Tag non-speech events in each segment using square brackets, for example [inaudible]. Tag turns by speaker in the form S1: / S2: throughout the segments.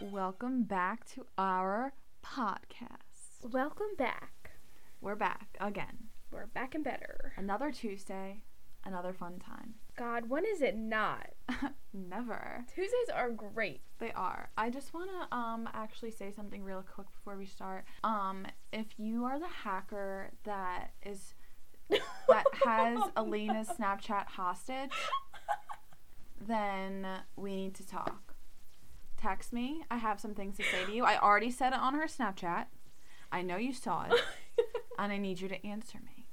S1: welcome back to our podcast.
S2: Welcome back.
S1: We're back again.
S2: We're back and better.
S1: Another Tuesday, another fun time. [laughs]
S2: God, when is it not?
S1: Never.
S2: Tuesdays are great.
S1: They are. I just want to um actually say something real quick before we start. Um if you are the hacker that is that has
S2: [laughs]
S1: Alina's Snapchat hostage, then we need to talk. Text me. I have some things to say to you. I already said it on her Snapchat. I know you saw [laughs] it, and I need you to answer me.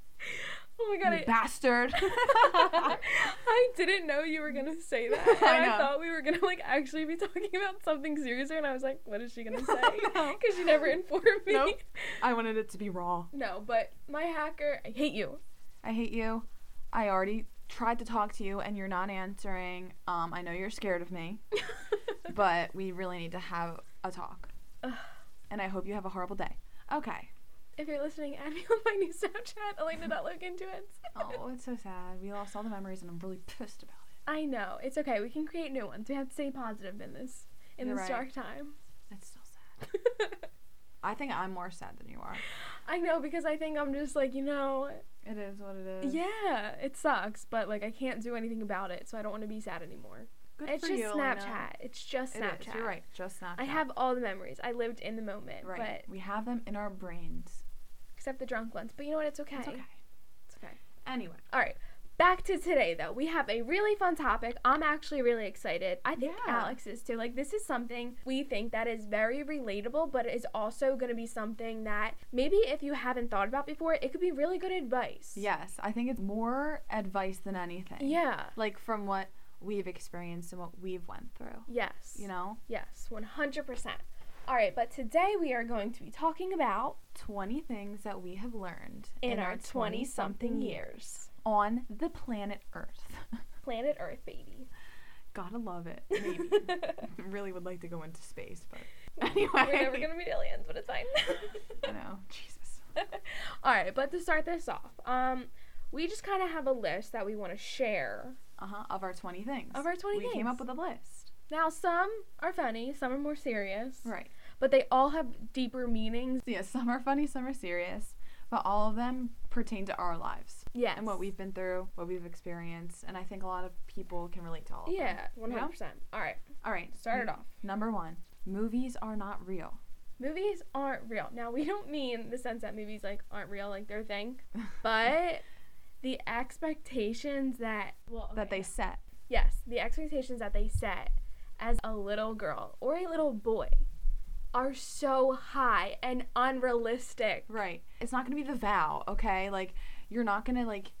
S2: Oh my
S1: You
S2: god, I,
S1: [laughs] bastard.
S2: [laughs] I didn't know you were gonna say that. And
S1: [laughs] I
S2: I,
S1: know.
S2: thought we were gonna like actually be talking about something seriouser, and I was like, what is
S1: [laughs]
S2: she gonna say?
S1: No.
S2: Because she never informed
S1: [laughs]
S2: me.
S1: Nope. I wanted it to be raw.
S2: [laughs] No, but my hacker, I hate you.
S1: I hate you. I already tried to talk to you and you're not answering. Um, I know you're scared of me, [laughs] but we really need to have a talk.
S2: Ugh.
S1: and I hope you have a horrible day. Okay.
S2: if you're listening, add me on my new Snapchat, Elena.LoganTuits.
S1: Oh, it's so sad. We lost all the memories and I'm really pissed about
S2: I know. It's okay. We can create new ones. We have to stay positive in this in
S1: You're
S2: this
S1: right.
S2: dark time. [laughs]
S1: it. It's still sad. I think I'm more sad than you are.
S2: I know because I think I'm just like, you know,
S1: It is what it is.
S2: yeah, it sucks, but like I can't do anything about it, so I don't want to be sad anymore.
S1: Good
S2: it's
S1: for
S2: just
S1: you, Elena.
S2: Snapchat. It's just
S1: It is.
S2: Snapchat.
S1: You're right. Just Snapchat.
S2: I have all the memories. I lived in the moment,
S1: Right.
S2: but
S1: We have them in our brains.
S2: except the drunk ones. But you know what? It's okay.
S1: It's okay.
S2: It's okay.
S1: Anyway.
S2: All right. Back to today though. We have a really fun topic. I'm actually really excited. I think
S1: Yeah.
S2: Alex is too. Like this is something we think that is very relatable, but it is also going to be something that maybe if you haven't thought about before, it could be really good advice.
S1: Yes. I think it's more advice than anything.
S2: Yeah.
S1: like from what we've experienced and what we've went through
S2: Yes.
S1: you know
S2: Yes, 100%. All right, but today we are going to be talking about
S1: 20 things that we have learned
S2: in, our 20 something years.
S1: on the planet earth [laughs]
S2: Planet Earth, baby.
S1: gotta love
S2: [laughs]
S1: it maybe really would like to go into space but anyway
S2: We're never going to be aliens, but it's fine.
S1: [laughs] i know jesus
S2: [laughs] All right, but to start this off, um, we just kind of have a list that we want to share.
S1: uh-huh of our 20 things
S2: Of our 20
S1: we came up
S2: things.
S1: with a list
S2: Now, some are funny, some are more serious,
S1: right
S2: but they all have deeper meanings.
S1: so yeah some are funny some are serious but all of them pertain to our lives
S2: Yeah.
S1: and what we've been through what we've experienced and i think a lot of people can relate to all of them
S2: Yeah, 100%. All right,
S1: all right
S2: start it off.
S1: Number one, movies are not real.
S2: movies aren't real. Now we don't mean the sense that movies like aren't real, like their thing, but the expectations that well,
S1: [laughs] That they
S2: okay,
S1: set.
S2: yes, the expectations that they set as a little girl or a little boy are so high and unrealistic.
S1: Right. It's not gonna be the vow, okay? Like you're not gonna like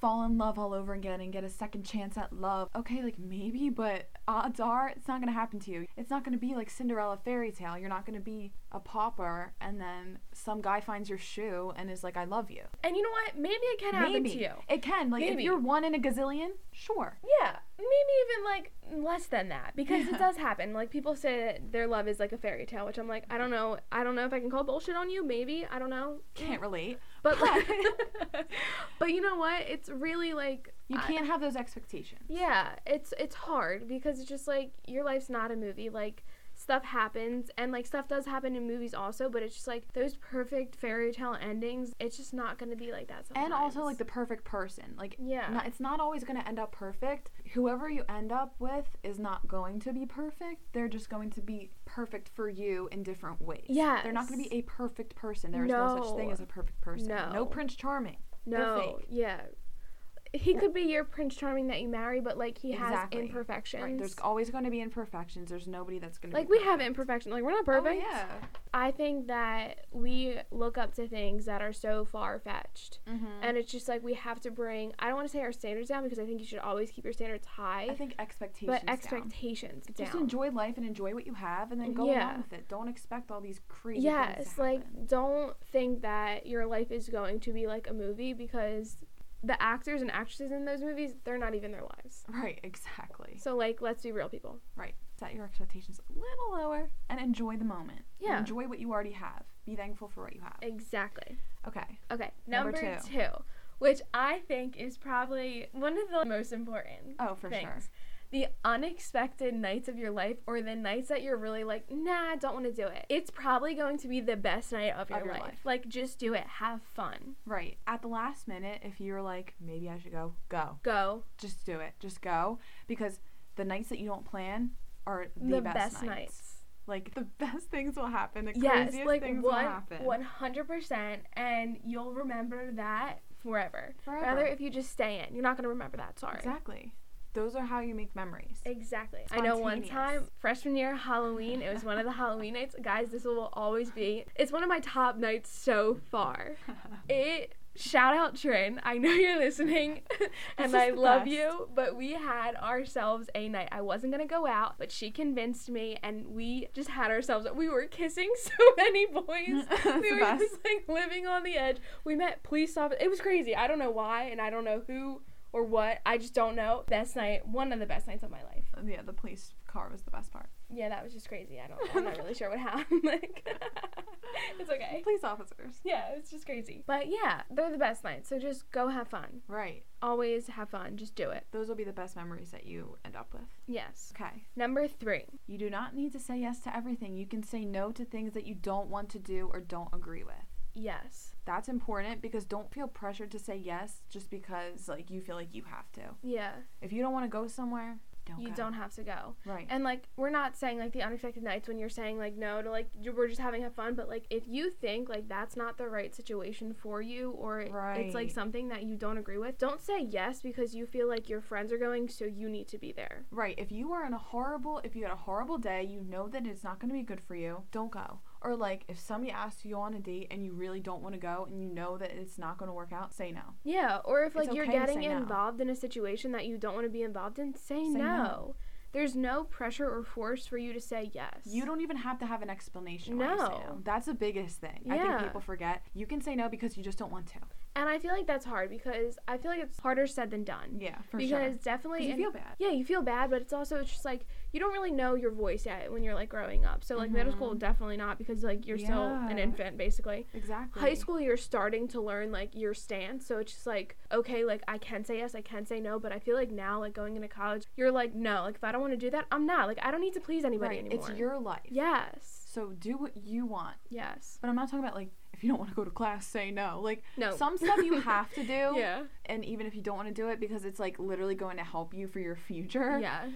S1: fall in love all over again and get a second chance at love. Okay, like maybe, but odds are it's not gonna happen to you. It's not gonna be like Cinderella fairy tale. You're not gonna be a pauper and then some guy finds your shoe and is like, I love you.
S2: And you know what? Maybe it can happen
S1: Maybe.
S2: to you.
S1: It can. Like if
S2: Maybe.
S1: you're one in a gazillion, sure.
S2: Yeah, maybe even like less than that because it does happen. Like people say that their love is like a fairy tale, which I'm like, I don't know. I don't know if I can call bullshit on you. Maybe I don't know.
S1: Can't relate.
S2: But like, [laughs]
S1: [laughs]
S2: but you know what? It's really like
S1: You
S2: I-
S1: can't have those expectations.
S2: yeah, it's it's hard because it's just like your life's not a movie. Like stuff happens and like stuff does happen in movies also, but it's just like those perfect fairy tale endings. It's just not gonna be like that. Sometimes.
S1: and also like the perfect person like
S2: Yeah.
S1: not- it's not always going to end up perfect whoever you end up with is not going to be perfect they're just going to be perfect for you in different ways they're not going to be a perfect person there is no. such thing
S2: No.
S1: as a perfect person
S2: No.
S1: prince charming
S2: no
S1: fake.
S2: yeah. He could be your Prince Charming that you marry, but like he has
S1: Exactly. Right,
S2: imperfections.
S1: right there's always going to be imperfections there's nobody that's going to
S2: like
S1: be
S2: we have imperfections. Like we're not perfect.
S1: perfect. oh yeah
S2: I think that we look up to things that are so far fetched.
S1: Mhm.
S2: And it's just like we have to bring, I don't want to say our standards down because I think you should always keep your standards high,
S1: i think expectations
S2: but
S1: down.
S2: expectations down.
S1: just enjoy life and enjoy what you have and then go
S2: Yeah.
S1: along with it don't expect all these crazy things
S2: yes,
S1: to
S2: like
S1: happen.
S2: don't think that your life is going to be like a movie because the actors and actresses in those movies, they're not even their lives.
S1: right exactly
S2: So, like, let's be real people.
S1: Right. Set your expectations a little lower and enjoy the moment. And
S2: Yeah.
S1: enjoy what you already have. Be thankful for what you have.
S2: Exactly.
S1: Okay.
S2: Okay,
S1: Number
S2: number,
S1: two.
S2: two. which I think is probably one of the most important.
S1: Oh, for
S2: things.
S1: sure.
S2: the unexpected nights of your life or the nights that you're really like, nah, I don't want to do it. It's probably going to be the best night of your,
S1: your
S2: life.
S1: life.
S2: Like, just do it. Have fun.
S1: Right. At the last minute, if you're like, maybe I should go, go.
S2: Go.
S1: Just do it. Just go. Because the nights that you don't plan are the,
S2: The, best, nights.
S1: Like the [laughs] best things will happen. The
S2: Yes,
S1: craziest
S2: like
S1: things will
S2: one,
S1: happen.
S2: one hundred percent, and you'll remember that forever.
S1: Forever.
S2: Rather, if you just stay in, you're not gonna remember that. Sorry.
S1: Exactly. Those are how you make memories.
S2: Exactly. I know one
S1: Spontaneous.
S2: time, freshman year, Halloween, it was one
S1: [laughs]
S2: of the Halloween nights. Guys, this will always be, it's one of my top nights so far. It, shout out Trin, I know [laughs] you're listening and
S1: This is
S2: I
S1: the
S2: love
S1: best.
S2: you, but we had ourselves a night. I wasn't going to go out, but she convinced me and we just had ourselves, we were kissing [laughs] so
S1: [laughs]
S2: many boys.
S1: It's
S2: we
S1: the
S2: were
S1: best.
S2: just like living on the edge. We met police officers. It was crazy. I don't know why and I don't know who or what. I just don't know. Best night, one of the best nights of my life.
S1: [laughs] yeah, the police car was the best part. [laughs]
S2: Yeah, that was just crazy. I don't. I'm not really sure what happened. [laughs] Like, it's okay.
S1: Police officers.
S2: Yeah, it's just crazy. But yeah, they're the best nights. So just go have fun.
S1: Right.
S2: Always have fun. Just do it.
S1: Those will be the best memories that you end up with.
S2: Yes.
S1: Okay.
S2: Number three.
S1: You do not need to say yes to everything. You can say no to things that you don't want to do or don't agree with.
S2: Yes.
S1: That's important because don't feel pressured to say yes just because like you feel like you have to.
S2: Yeah.
S1: If you don't want to go somewhere, don't
S2: You
S1: go.
S2: don't have to go.
S1: Right.
S2: And like, we're not saying like the unexpected nights when you're saying like no to like you- we're just having have fun. But like, if you think like that's not the right situation for you, or it's like
S1: Right.
S2: something that you don't agree with, don't say yes because you feel like your friends are going, so you need to be there.
S1: right. If you are in a horrible if you had a horrible day, you know that it's not going to be good for you, don't go. Or like if somebody asks you on a date and you really don't want to go and you know that it's not going to work out, say no.
S2: Yeah, or if
S1: It's
S2: like you're
S1: okay to
S2: getting
S1: say no.
S2: involved in a situation that you don't want to be involved in, say, no.
S1: no.
S2: There's no pressure or force for you to say yes.
S1: You don't even have to have an explanation. why you say
S2: No.
S1: no. That's the biggest thing. I
S2: Yeah.
S1: think people forget. You can say no because you just don't want to.
S2: and I feel like that's hard because I feel like it's harder said than done.
S1: Yeah, for
S2: because
S1: sure.
S2: definitely
S1: 'Cause you
S2: in-
S1: feel bad.
S2: Yeah, you feel bad, but it's also it's just like you don't really know your voice yet when you're like growing up. So like middle school definitely not because like you're still an
S1: Mm-hmm. Yeah.
S2: infant basically.
S1: Exactly.
S2: High school you're starting to learn like your stance. So it's just like okay, like I can say yes, I can say no, but I feel like now like going into college, you're like no, like if I don't want to do that, I'm not. Like I don't need to please anybody
S1: Right.
S2: anymore.
S1: It's your life.
S2: Yes.
S1: So do what you want.
S2: Yes.
S1: But I'm not talking about like if you don't want to go to class, say no. Like
S2: No.
S1: some stuff you have
S2: [laughs]
S1: to do.
S2: Yeah.
S1: And even if you don't want to do it because it's like literally going to help you for your future.
S2: Yes.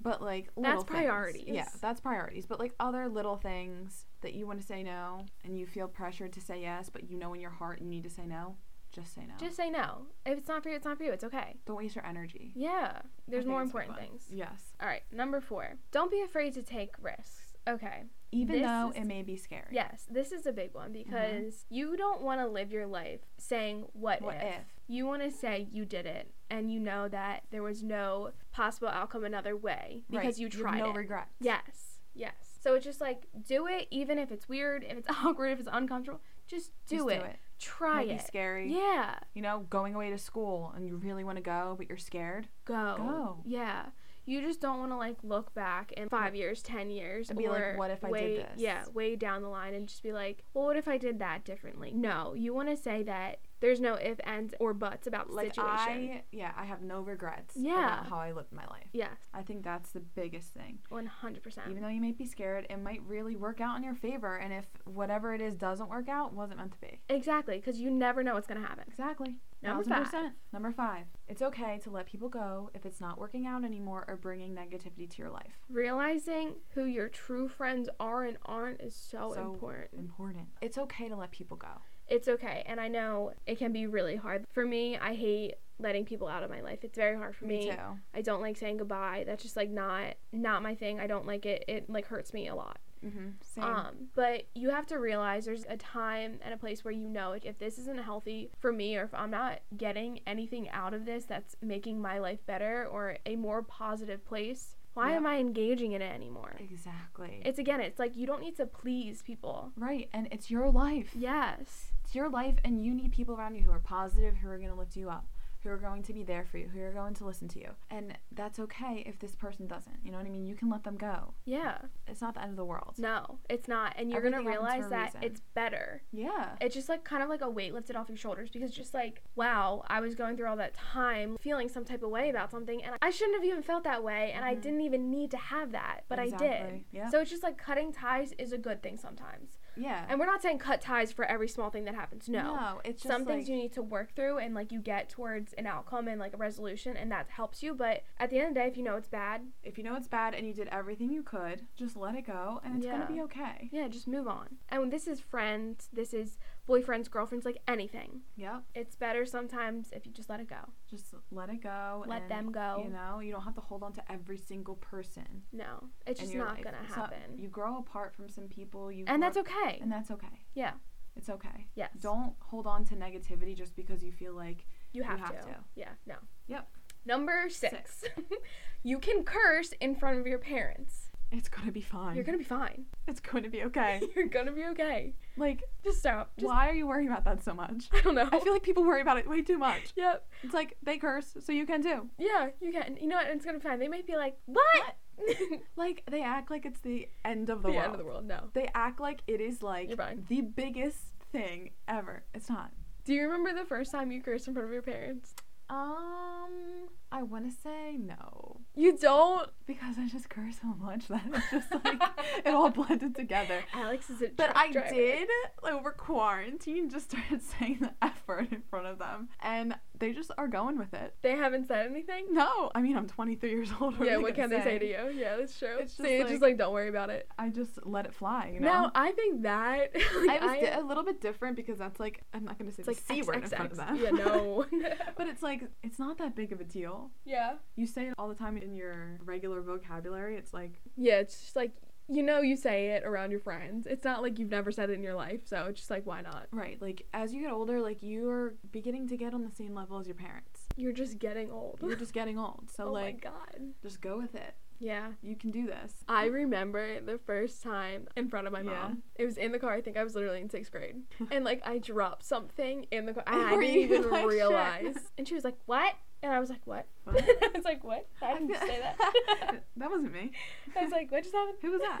S1: But like little
S2: That's
S1: things.
S2: priorities.
S1: Yeah, that's priorities. But like other little things that you want to say no and you feel pressured to say yes, but you know in your heart you need to say no, just say no.
S2: Just say no. If it's not for you, it's not for you. It's okay.
S1: don't waste your energy.
S2: Yeah. There's
S1: I
S2: more
S1: think it's a big
S2: important
S1: one.
S2: things.
S1: Yes.
S2: All right, number four. Don't be afraid to take risks. Okay.
S1: Even
S2: This
S1: though
S2: is-
S1: it may be scary.
S2: Yes, this is a big one
S1: Mm-hmm.
S2: because you don't want to live your life saying what,
S1: What
S2: if.
S1: if?
S2: You want to say you did it and you know that there was no possible outcome another way
S1: Right.
S2: because you
S1: have
S2: tried
S1: no
S2: it.
S1: regrets.
S2: yes. Yes. So it's just like do it even if it's weird, if it's [laughs] awkward, if it's uncomfortable, just do,
S1: Just do
S2: it.
S1: it.
S2: Try
S1: Might be
S2: it.
S1: scary.
S2: Yeah.
S1: You know, going away to school and you really want to go but you're scared.
S2: Go.
S1: Go.
S2: Yeah. You just don't want to like look back in five years, ten years,
S1: And be like,
S2: or
S1: "What if I did
S2: way,
S1: this?"
S2: Yeah, way down the line, and just be like, well, what if I did that differently? No, you want to say that there's no if, ands, or buts about the
S1: like
S2: situation.
S1: I yeah, I have no regrets
S2: Yeah.
S1: about how I lived my life.
S2: Yes,
S1: I think that's the biggest thing.
S2: one hundred percent.
S1: Even though you may be scared, it might really work out in your favor and if whatever it is doesn't work out, wasn't meant to be.
S2: Exactly, because you never know what's gonna happen.
S1: Exactly.
S2: Number
S1: Thousand
S2: five.
S1: percent. Number five. It's okay to let people go if it's not working out anymore or bringing negativity to your life.
S2: Realizing who your true friends are and aren't is so,
S1: So
S2: Oh, important.
S1: Important. It's okay to let people go.
S2: It's okay, and I know it can be really hard for me. I hate letting people out of my life. It's very hard for me.
S1: Me too.
S2: I don't like saying goodbye. That's just like not not my thing. I don't like it. It like hurts me a lot.
S1: Mm-hmm. Same.
S2: Um, but you have to realize there's a time and a place where you know like, if this isn't healthy for me or if I'm not getting anything out of this that's making my life better or a more positive place, why
S1: Yep.
S2: am I engaging in it anymore?
S1: exactly.
S2: It's again, it's like you don't need to please people.
S1: right, and it's your life.
S2: Yes.
S1: It's your life and you need people around you who are positive, who are going to lift you up, who who are going to be there for you, who are going to listen to you. And that's okay if this person doesn't. You know what I mean? You can let them go.
S2: Yeah.
S1: It's not the end of the world.
S2: No, it's not. And you're going to
S1: Everything happens
S2: realize
S1: for a
S2: that
S1: reason.
S2: it's better.
S1: Yeah.
S2: It's just like kind of like a weight lifted off your shoulders because just like, wow, I was going through all that time feeling some type of way about something and I shouldn't have even felt that way and I
S1: Mhm.
S2: didn't even need to have that, but I did.
S1: Exactly. Yeah.
S2: So it's just like cutting ties is a good thing sometimes.
S1: yeah.
S2: And we're not saying cut ties for every small thing that happens. No.
S1: it's just
S2: Some
S1: like,
S2: things you need to work through and like you get towards an outcome and like a resolution and that helps you, but at the end of the day if you know it's bad,
S1: if you know it's bad and you did everything you could, just let it go and it's
S2: Yeah.
S1: gonna be okay.
S2: yeah, just move on. And when this is friends, this is boyfriends, girlfriends, like anything.
S1: Yep.
S2: It's better sometimes if you just let it go.
S1: Just let it go.
S2: Let
S1: and,
S2: them go.
S1: You know, you don't have to hold on to every single person.
S2: No, it's
S1: in
S2: just
S1: your
S2: not
S1: life.
S2: gonna
S1: It's not-
S2: happen.
S1: you grow apart from some people. You
S2: and
S1: grow-
S2: that's okay.
S1: and that's okay.
S2: Yeah.
S1: It's okay.
S2: Yes.
S1: Don't hold on to negativity just because you feel like
S2: you have,
S1: have
S2: to.
S1: to.
S2: Yeah. No.
S1: Yep.
S2: Number six. [laughs] you can curse in front of your parents.
S1: it's gonna be fine.
S2: You're gonna be fine.
S1: it's gonna be okay.
S2: You're gonna be okay.
S1: like,
S2: [laughs] Just stop. Just
S1: why are you worrying about that so much?
S2: [laughs] I don't know.
S1: I feel like people worry about it way too much.
S2: [laughs] Yep.
S1: It's like they curse, so you can too.
S2: Yeah. You can. You know what? It's gonna be fine. They might be like, what? [laughs]
S1: Like they act like it's the end of
S2: the
S1: the world.
S2: end of the world. No.
S1: They act like it is like
S2: You're fine.
S1: the biggest thing ever. It's not.
S2: Do you remember the first time you cursed in front of your parents?
S1: Um, I want to say no
S2: You don't.
S1: because I just curse so much that it's [laughs] just [laughs] like it all blended together.
S2: Alex is a
S1: But
S2: truck
S1: I
S2: driver.
S1: did over quarantine just started [laughs] saying the F word in front of them, and they just are going with it.
S2: They haven't said anything.
S1: No, I mean I'm 23 years old.
S2: yeah.
S1: are
S2: What
S1: gonna
S2: can they say to you? Yeah, that's true.
S1: It's
S2: So
S1: just
S2: you're just
S1: like-
S2: like, don't worry about it.
S1: I just let it fly, you know.
S2: No, I think that [laughs]
S1: I
S2: like,
S1: was di- a little bit different because that's like I'm not gonna say
S2: it's
S1: the c
S2: like
S1: word in front of them.
S2: Yeah, no.
S1: [laughs] but it's like it's not that big of a deal.
S2: yeah,
S1: You say it all the time in your regular vocabulary. It's like
S2: yeah. It's just like you know you say it around your friends. It's not like you've never said it in your life, so it's just like why not?
S1: right, like as you get older, like you're beginning to get on the same level as your parents.
S2: You're just getting old.
S1: You're just getting old, so
S2: [laughs] oh
S1: like
S2: my god.
S1: just go with it.
S2: Yeah.
S1: You can do this.
S2: I remember the first time in front of my mom.
S1: Yeah.
S2: It was in the car. I think I was literally in sixth [laughs] grade, and like I dropped something in the car. I
S1: Were
S2: didn't
S1: you
S2: even [laughs]
S1: like, shit?
S2: realize. And she was like, "What?" And I was like, "What?"
S1: What?
S2: I was like, "What?" [laughs] I
S1: I [laughs]
S2: didn't
S1: feel-
S2: say [laughs] that.
S1: [laughs] that wasn't me.
S2: I was like, "What just happened?"
S1: Who was
S2: [laughs]
S1: that?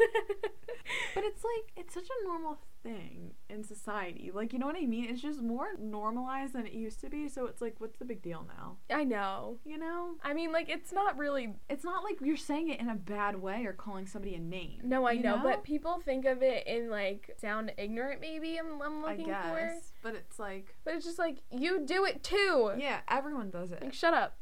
S1: But it's like it's such a normal thing in society. Like you know what I mean? It's just more normalized than it used to be. So it's like, what's the big deal now?
S2: I know.
S1: You know?
S2: I mean, like, it's not really.
S1: It's not like you're saying it in a bad way or calling somebody a name.
S2: No, I
S1: you
S2: know, but people think of it in, like, sound ignorant, maybe I'm, I'm
S1: I
S2: looking
S1: guess.
S2: for.
S1: But it's like,
S2: But it's just like, you do it too!
S1: yeah, everyone does
S2: Like,
S1: it.
S2: shut up.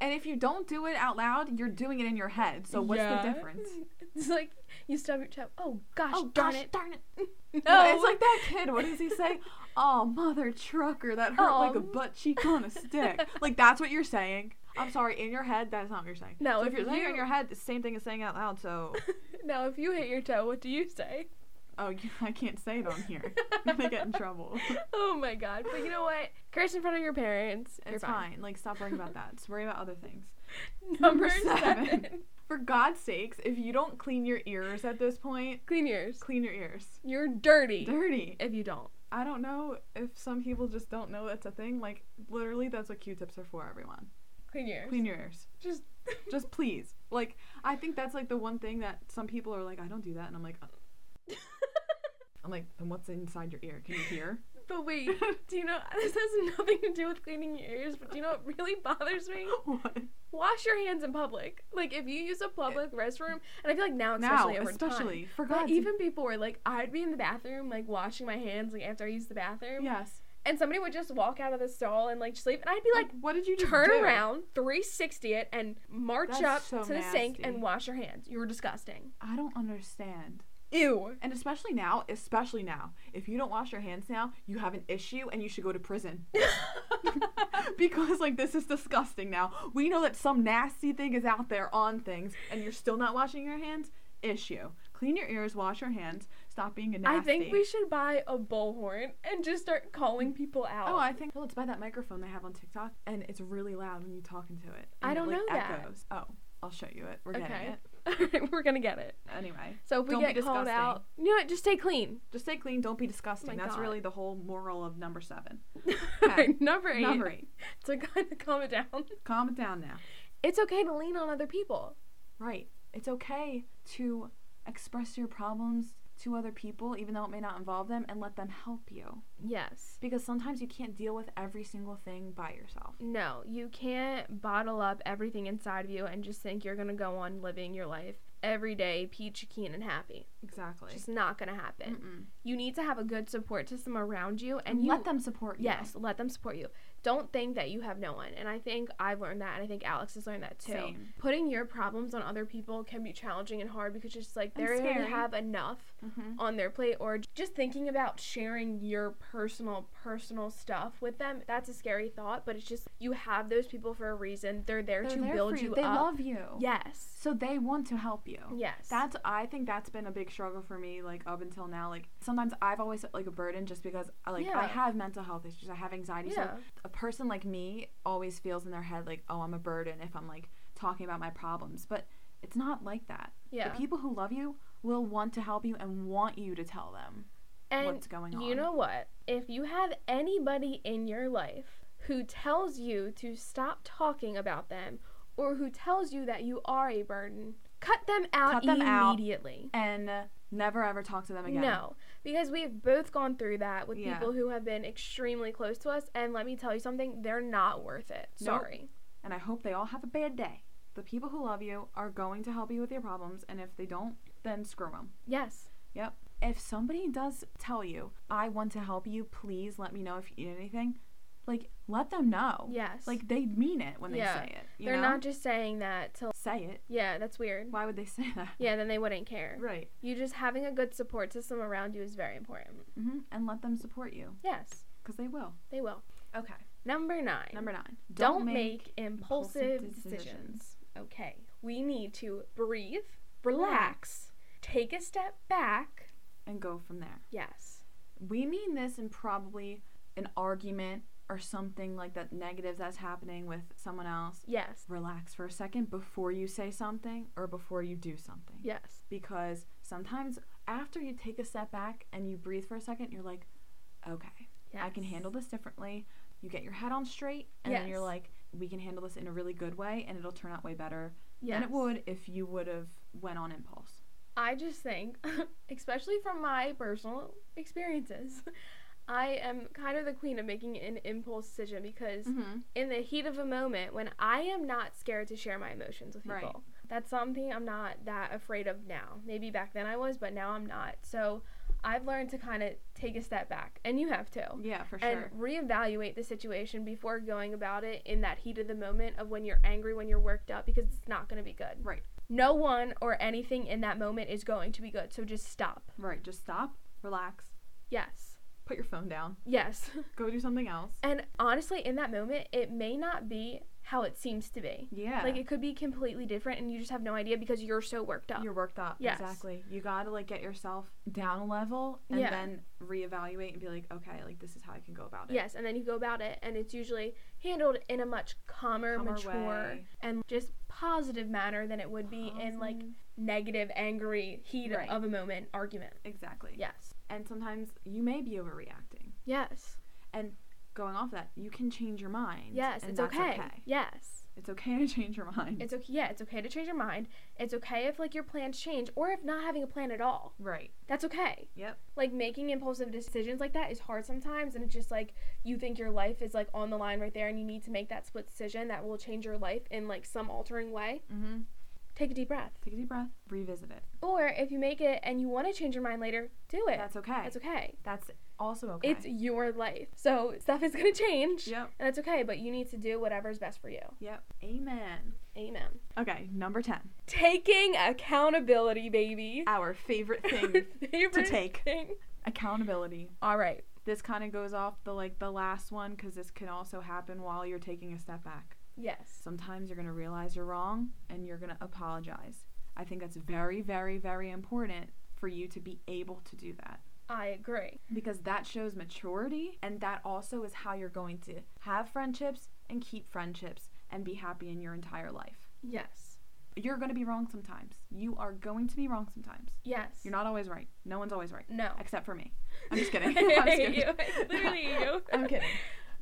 S1: And if you don't do it out loud, you're doing it in your head. So what's the
S2: Yeah.
S1: difference?
S2: [laughs] It's like, you stub your toe. Oh, gosh,
S1: Oh
S2: darn
S1: gosh,
S2: it.
S1: darn it!
S2: [laughs] No.
S1: it's like that kid. What does he
S2: [laughs]
S1: say? Oh, mother trucker, that hurt like a
S2: Um.
S1: butt cheek on a
S2: [laughs]
S1: stick. like that's what you're saying. I'm sorry, in your head, that's not what you're saying. So
S2: No,
S1: if
S2: if
S1: you're saying it in
S2: you-
S1: your head, it's the same thing as saying out loud. So,
S2: Now, if you hit your toe, what do you
S1: [laughs]
S2: say?
S1: oh, you- I can't say it on here. [laughs] I'm gonna get in
S2: [laughs]
S1: trouble.
S2: oh my god. But you know what? Curse in front of your parents. You're
S1: It's fine. Like stop worrying about that. Just worry about other things.
S2: Number,
S1: Number
S2: seven.
S1: seven. For God's sakes, if you don't clean your ears at this point,
S2: Clean yours.
S1: clean your ears.
S2: You're dirty.
S1: Dirty.
S2: If you don't.
S1: I don't know if some people just don't know that's a thing. Like literally, that's what Q-tips are for. Everyone,
S2: Clean yours.
S1: clean your ears.
S2: Just.
S1: Just please. Like I think that's like the one thing that some people are like, I don't do that, and I'm like, uh, I'm like, then what's inside your ear? Can you hear?
S2: [laughs] But wait, do you know [laughs] this has nothing to do with cleaning your ears? But do you know what really bothers me?
S1: [laughs] what?
S2: Wash your hands in public. Like if you use a public restroom, and I feel like now
S1: Now,
S2: especially over time.
S1: especially for
S2: But
S1: God's
S2: even before, like I'd be in the bathroom, like washing my hands, like after I use the bathroom,
S1: yes.
S2: and somebody would just walk out of the stall and like sleep, and I'd be like,
S1: Like, what did you just
S2: turn
S1: do?
S2: around, 360 it, and march
S1: That's
S2: up
S1: so
S2: to the sink
S1: nasty.
S2: and wash your hands. You were disgusting.
S1: I don't understand.
S2: [laughs] Ew.
S1: And especially now, especially now, if you don't wash your hands now, you have an issue and you should go to prison. [laughs] because like this is disgusting now. We know that some nasty thing is out there on things and you're still not washing your hands? Issue. Clean your ears, wash your hands, stop being a nasty.
S2: I think we should buy a bullhorn and just start calling people out.
S1: Oh, I think well, it's by that microphone they have on TikTok and it's really loud when you talk into it.
S2: I
S1: and it,
S2: don't
S1: like,
S2: know that.
S1: echoes. Oh, I'll show you it. We're getting
S2: [laughs] Okay. [laughs]
S1: it.
S2: we're gonna get it. [laughs]
S1: Anyway,
S2: So if we
S1: Don't be
S2: get called
S1: disgusting.
S2: out, you know what? Just stay [laughs] clean.
S1: just stay clean. Don't be disgusting.
S2: Oh my
S1: That's
S2: God.
S1: really the whole moral of number seven.
S2: Alright, number eight.
S1: Number eight.
S2: To kind of calm it down.
S1: Calm it down now.
S2: It's okay to lean on other people.
S1: Right. It's okay to express your problems to other people, even though it may not involve them, and let them help you.
S2: Yes.
S1: Because sometimes you can't deal with every single thing by yourself.
S2: No, you can't bottle up everything inside of you and just think you're gonna go on living your life every day peachy keen and happy.
S1: Exactly.
S2: It's just not gonna happen.
S1: Mm-mm.
S2: You need to have a good support system around you and,
S1: And
S2: you
S1: let them support you.
S2: Yes, let them support you. Don't think that you have no one. And I think I've learned that, and I think Alex has learned that too.
S1: Same.
S2: Putting your problems on other people can be challenging and hard because it's like they
S1: And
S2: already
S1: scary.
S2: have enough
S1: Mm-hmm.
S2: on their plate, or j- just thinking about sharing your personal, personal stuff with them. That's a scary thought, but it's just you have those people for a reason. They're there to build you,
S1: They
S2: up.
S1: love you.
S2: yes.
S1: So they want to help you.
S2: Yes.
S1: That's I think that's been a big struggle for me like up until now. Like sometimes I've always felt like a burden just because I like I
S2: Yeah.
S1: have mental health issues, I have anxiety.
S2: Yeah.
S1: So a person like me always feels in their head like, oh, I'm a burden if I'm like talking about my problems. But it's not like that.
S2: Yeah.
S1: The people who love you will want to help you and want you to tell them.
S2: and
S1: what's going
S2: You
S1: on.
S2: know what? If you have anybody in your life who tells you to stop talking about them or who tells you that you are a burden, cut them out
S1: Cut them out.
S2: immediately.
S1: And never ever talk to them again.
S2: No, because we've both gone through that with
S1: Yeah.
S2: people who have been extremely close to us, and let me tell you something, they're not worth it.
S1: Nope.
S2: Sorry.
S1: And I hope they all have a bad day. The people who love you are going to help you with your problems, and if they don't, then screw them.
S2: Yes.
S1: Yep. If somebody does tell you, I want to help you, please let me know if you need anything, like let them know.
S2: Yes.
S1: Like they mean it when they
S2: Yeah.
S1: say it. You
S2: they're
S1: know?
S2: not just saying that to.
S1: say it.
S2: Yeah, that's weird.
S1: Why would they [laughs] say that?
S2: Yeah, then they wouldn't care.
S1: Right.
S2: You just having a good support system around you is very important.
S1: hmm And let them support you
S2: Yes,
S1: because they will.
S2: they will.
S1: Okay.
S2: Number nine.
S1: Number nine.
S2: don't, make, impulsive,
S1: impulsive
S2: decisions.
S1: decisions.
S2: Okay. We need to breathe, relax, take a step back.
S1: and go from there.
S2: Yes.
S1: We mean this in probably an argument or something like that negative that's happening with someone else.
S2: Yes.
S1: Relax for a second before you say something or before you do something.
S2: Yes.
S1: because sometimes after you take a step back and you breathe for a second, you're like, okay, I can
S2: Yes.
S1: handle this differently. You get your head on straight, and then you're
S2: Yes.
S1: like, we can handle this in a really good way, and it'll turn out way better
S2: Yes.
S1: than it would if you would have went on impulse.
S2: I just think, [laughs] especially from my personal [laughs] experiences, [laughs] I am kind of the queen of making an impulse decision
S1: Mm-hmm.
S2: because in the heat of a moment when I am not scared to share my emotions with people.
S1: Right.
S2: That's something I'm not that afraid of now. Maybe back then I was, but now I'm not. So I've learned to kind of take a step back, and you have to.
S1: Yeah, for
S2: And
S1: sure.
S2: reevaluate the situation before going about it in that heat of the moment of when you're angry, when you're worked up, because it's not going to be good.
S1: Right.
S2: No one or anything in that moment is going to be good. So just stop.
S1: Right, just stop, relax,
S2: Yes.
S1: put your phone down,
S2: Yes. [laughs]
S1: go do something else.
S2: and honestly, in that moment, it may not be how it seems to be.
S1: Yeah,
S2: Like it could be completely different and you just have no idea because you're so worked up.
S1: you're worked up.
S2: Yes.
S1: Exactly. You gotta like get yourself down a level and
S2: Yeah.
S1: then reevaluate and be like, okay, like this is how I can go about it.
S2: yes, and then you go about it and it's usually handled in a much calmer,
S1: Calmer
S2: mature
S1: way.
S2: and just positive manner than it would be in like
S1: Positive.
S2: negative, angry heat
S1: Right.
S2: of a moment argument.
S1: Exactly.
S2: Yes.
S1: And sometimes you may be overreacting.
S2: Yes.
S1: And going off that, you can change your mind.
S2: Yes,
S1: and
S2: it's
S1: that's
S2: okay. Yes.
S1: It's okay to [laughs] change your mind.
S2: It's okay. Yeah, it's okay to change your mind. It's okay if like your plans change or if not having a plan at all.
S1: right.
S2: That's okay.
S1: Yep.
S2: like making impulsive decisions like that is hard sometimes and it's just like you think your life is like on the line right there and you need to make that split decision that will change your life in like some altering way
S1: Mm-hmm.
S2: take a deep breath
S1: Take a deep breath. Revisit it.
S2: or if you make it and you want to change your mind later do it
S1: That's okay.
S2: that's okay
S1: That's also okay.
S2: it's your life so stuff is gonna change
S1: yep.
S2: and that's okay but you need to do whatever's best for you
S1: Yep. Amen.
S2: amen
S1: Okay, number ten.
S2: taking accountability baby
S1: Our favorite
S2: [laughs]
S1: thing.
S2: favorite
S1: take.
S2: thing.
S1: accountability.
S2: all right
S1: This kind of goes off the like the last one because this can also happen while you're taking a step back.
S2: yes
S1: Sometimes you're gonna realize you're wrong and you're gonna apologize. I think that's very, very, very important for you to be able to do that.
S2: i agree
S1: because that shows maturity and that also is how you're going to have friendships and keep friendships and be happy in your entire life.
S2: yes
S1: You're going to be wrong sometimes. You are going to be wrong sometimes.
S2: Yes.
S1: You're not always right. No one's always right.
S2: No.
S1: Except for me. I'm just
S2: [laughs]
S1: kidding. [laughs]
S2: I
S1: I'm just
S2: hate
S1: kidding.
S2: you. I literally hate you.
S1: [laughs] I'm kidding.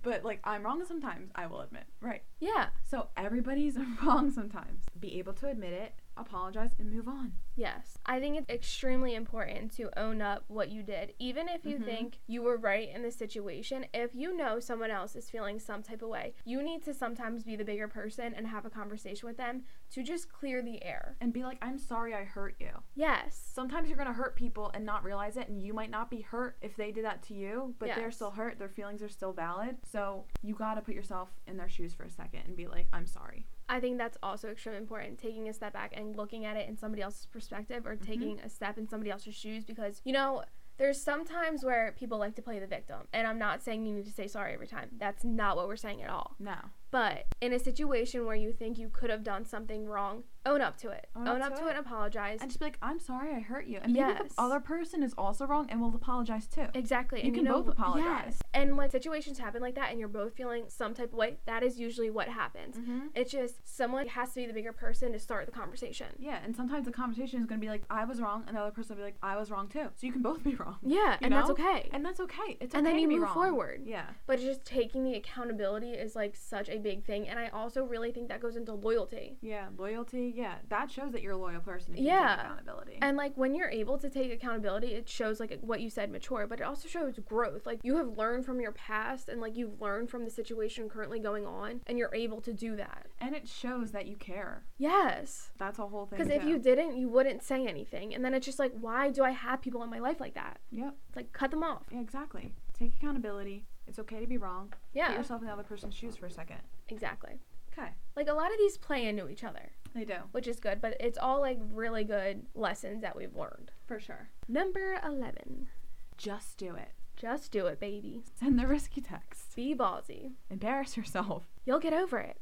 S1: But like I'm wrong sometimes, I will admit. Right.
S2: Yeah.
S1: So everybody's [laughs] wrong sometimes. Be able to admit it, apologize, and move on.
S2: Yes. I think it's extremely important to own up what you did. Even if you
S1: Mhm.
S2: think you were right in the situation, if you know someone else is feeling some type of way, you need to sometimes be the bigger person and have a conversation with them to just clear the air.
S1: And be like, I'm sorry I hurt you.
S2: Yes.
S1: Sometimes you're gonna hurt people and not realize it, and you might not be hurt if they did that to you, but they're
S2: Yes.
S1: still hurt. Their feelings are still valid. So you gotta put yourself in their shoes for a second and be like, I'm sorry.
S2: I think that's also extremely important, taking a step back and looking at it in somebody else's perspective or taking a step in somebody else's shoes because, you know, there's sometimes where people like to play the victim. And I'm not saying you need to say sorry every time. That's not what we're saying at all.
S1: No.
S2: But in a situation where you think you could have done something wrong, own up to it. Own, up, to it. and apologize.
S1: And just be like, I'm sorry I hurt you. And maybe
S2: Yes.
S1: the other person is also wrong and will apologize too.
S2: exactly.
S1: You
S2: and
S1: can both apologize.
S2: Yes. And like situations happen like that and you're both feeling some type of way, that is usually what happens.
S1: Mm-hmm.
S2: It's just someone has to be the bigger person to start the conversation.
S1: Yeah, and sometimes the conversation is gonna be like, I was wrong, and the other person will be like, I was wrong too. So you can both be wrong.
S2: Yeah,
S1: You
S2: and that's
S1: know?
S2: okay.
S1: And that's okay. It's okay
S2: And then
S1: to
S2: you
S1: be
S2: move
S1: wrong.
S2: forward.
S1: Yeah.
S2: but it's just taking the accountability is like such a big thing and I also really think that goes into loyalty.
S1: Yeah, loyalty. Yeah, that shows that you're a loyal person. If You
S2: Yeah.
S1: take accountability.
S2: And like when you're able to take accountability, it shows like what you said mature, but it also shows growth. Like you have learned from your past and like you've learned from the situation currently going on and you're able to do that.
S1: and it shows that you care.
S2: Yes.
S1: That's a whole thing.
S2: Because if
S1: too.
S2: you didn't, you wouldn't say anything. And then it's just like, why do I have people in my life like that?
S1: Yep.
S2: It's like, cut them off.
S1: Yeah, exactly. Take accountability. It's okay to be wrong. Put
S2: Yeah.
S1: yourself in the other person's shoes for a second.
S2: Exactly.
S1: Okay.
S2: Like, a lot of these play into each other,
S1: They do
S2: which is good, but it's all like really good lessons that we've learned.
S1: for sure.
S2: Number 11.
S1: Just do it.
S2: Just do it, baby.
S1: Send the risky text.
S2: Be ballsy.
S1: Embarrass yourself.
S2: You'll get over it.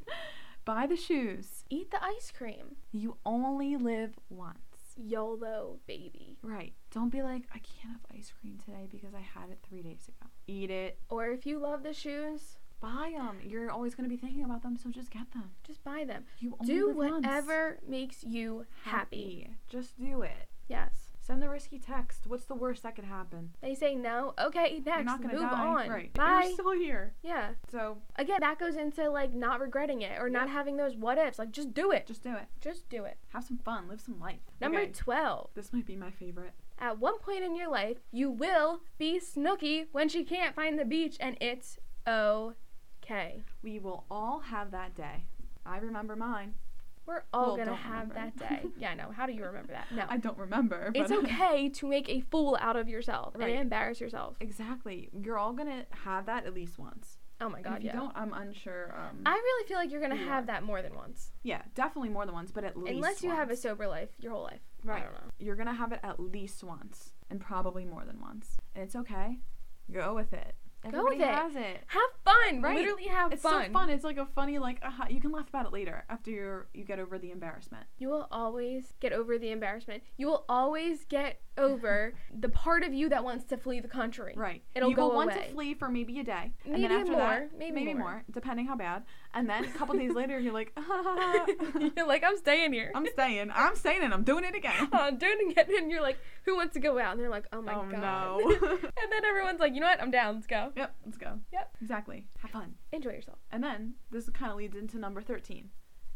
S1: Buy the shoes.
S2: Eat the ice cream.
S1: You only live once.
S2: YOLO, baby.
S1: Right. Don't be like, I can't have ice cream today because I had it three days ago. Eat it.
S2: Or if you love the shoes,
S1: Buy them. You're always going to be thinking about them, so just get them.
S2: just buy them.
S1: You only
S2: Do
S1: live once.
S2: whatever makes you happy.
S1: Just do it.
S2: Yes.
S1: Send the risky text. What's the worst that could happen?
S2: They say no. Okay, next.
S1: You're not gonna
S2: Move
S1: die.
S2: on.
S1: Right.
S2: Bye.
S1: You're still here.
S2: yeah.
S1: So
S2: Again, that goes into like not regretting it or not having those what ifs. Like just do it.
S1: just do it.
S2: Just do it.
S1: Have some fun. Live some life.
S2: Number
S1: Okay,
S2: 12.
S1: this might be my favorite.
S2: At one point in your life, you will be Snooky when she can't find the beach and it's okay.
S1: We will all have that day. I remember mine.
S2: We're all
S1: Well,
S2: gonna
S1: don't
S2: have
S1: remember. [laughs]
S2: that day. yeah, no. How do you remember that? No.
S1: I don't remember.
S2: [laughs] it's
S1: but-
S2: okay to make a fool out of yourself
S1: Right.
S2: and embarrass yourself.
S1: [laughs] Exactly. You're all gonna have that at least once.
S2: Oh my
S1: And
S2: god,
S1: if you
S2: yeah.
S1: don't, I'm unsure. Um,
S2: I really feel like you're gonna
S1: You
S2: have
S1: are.
S2: that more than once,
S1: yeah, definitely more than once, but at least
S2: unless you have a
S1: once.
S2: sober life your whole life. I
S1: Right.
S2: don't know.
S1: You're gonna have it at least once, and probably more than once. And it's okay. Go with it.
S2: Go with
S1: Everybody
S2: it.
S1: Has it.
S2: Have fun.
S1: Right.
S2: Literally have
S1: It's
S2: fun.
S1: so fun. It's like a funny, like aha. You can laugh about it later after you you get over the embarrassment.
S2: You will always get over the embarrassment. You will always get
S1: [laughs]
S2: over the part of you that wants to flee the country.
S1: Right.
S2: It'll
S1: you
S2: go
S1: will want to
S2: away.
S1: flee for maybe a day, and
S2: Maybe
S1: then after
S2: more,
S1: that,
S2: maybe more.
S1: more. depending how bad. And then a couple
S2: [laughs]
S1: days later, you're like,
S2: [laughs]
S1: [laughs]
S2: you're like, I'm staying here. [laughs] Uh,
S1: I'm staying. I'm staying, and I'm doing it again.
S2: I'm doing it, and you're like, who wants to go out? And they're like, oh
S1: [laughs]
S2: my
S1: oh
S2: god.
S1: no.
S2: [laughs] and then everyone's like, you know what? I'm down. Let's go.
S1: [laughs] yep. Let's go.
S2: Yep.
S1: Exactly. Have fun.
S2: Enjoy yourself.
S1: And then this kind of leads into number thirteen.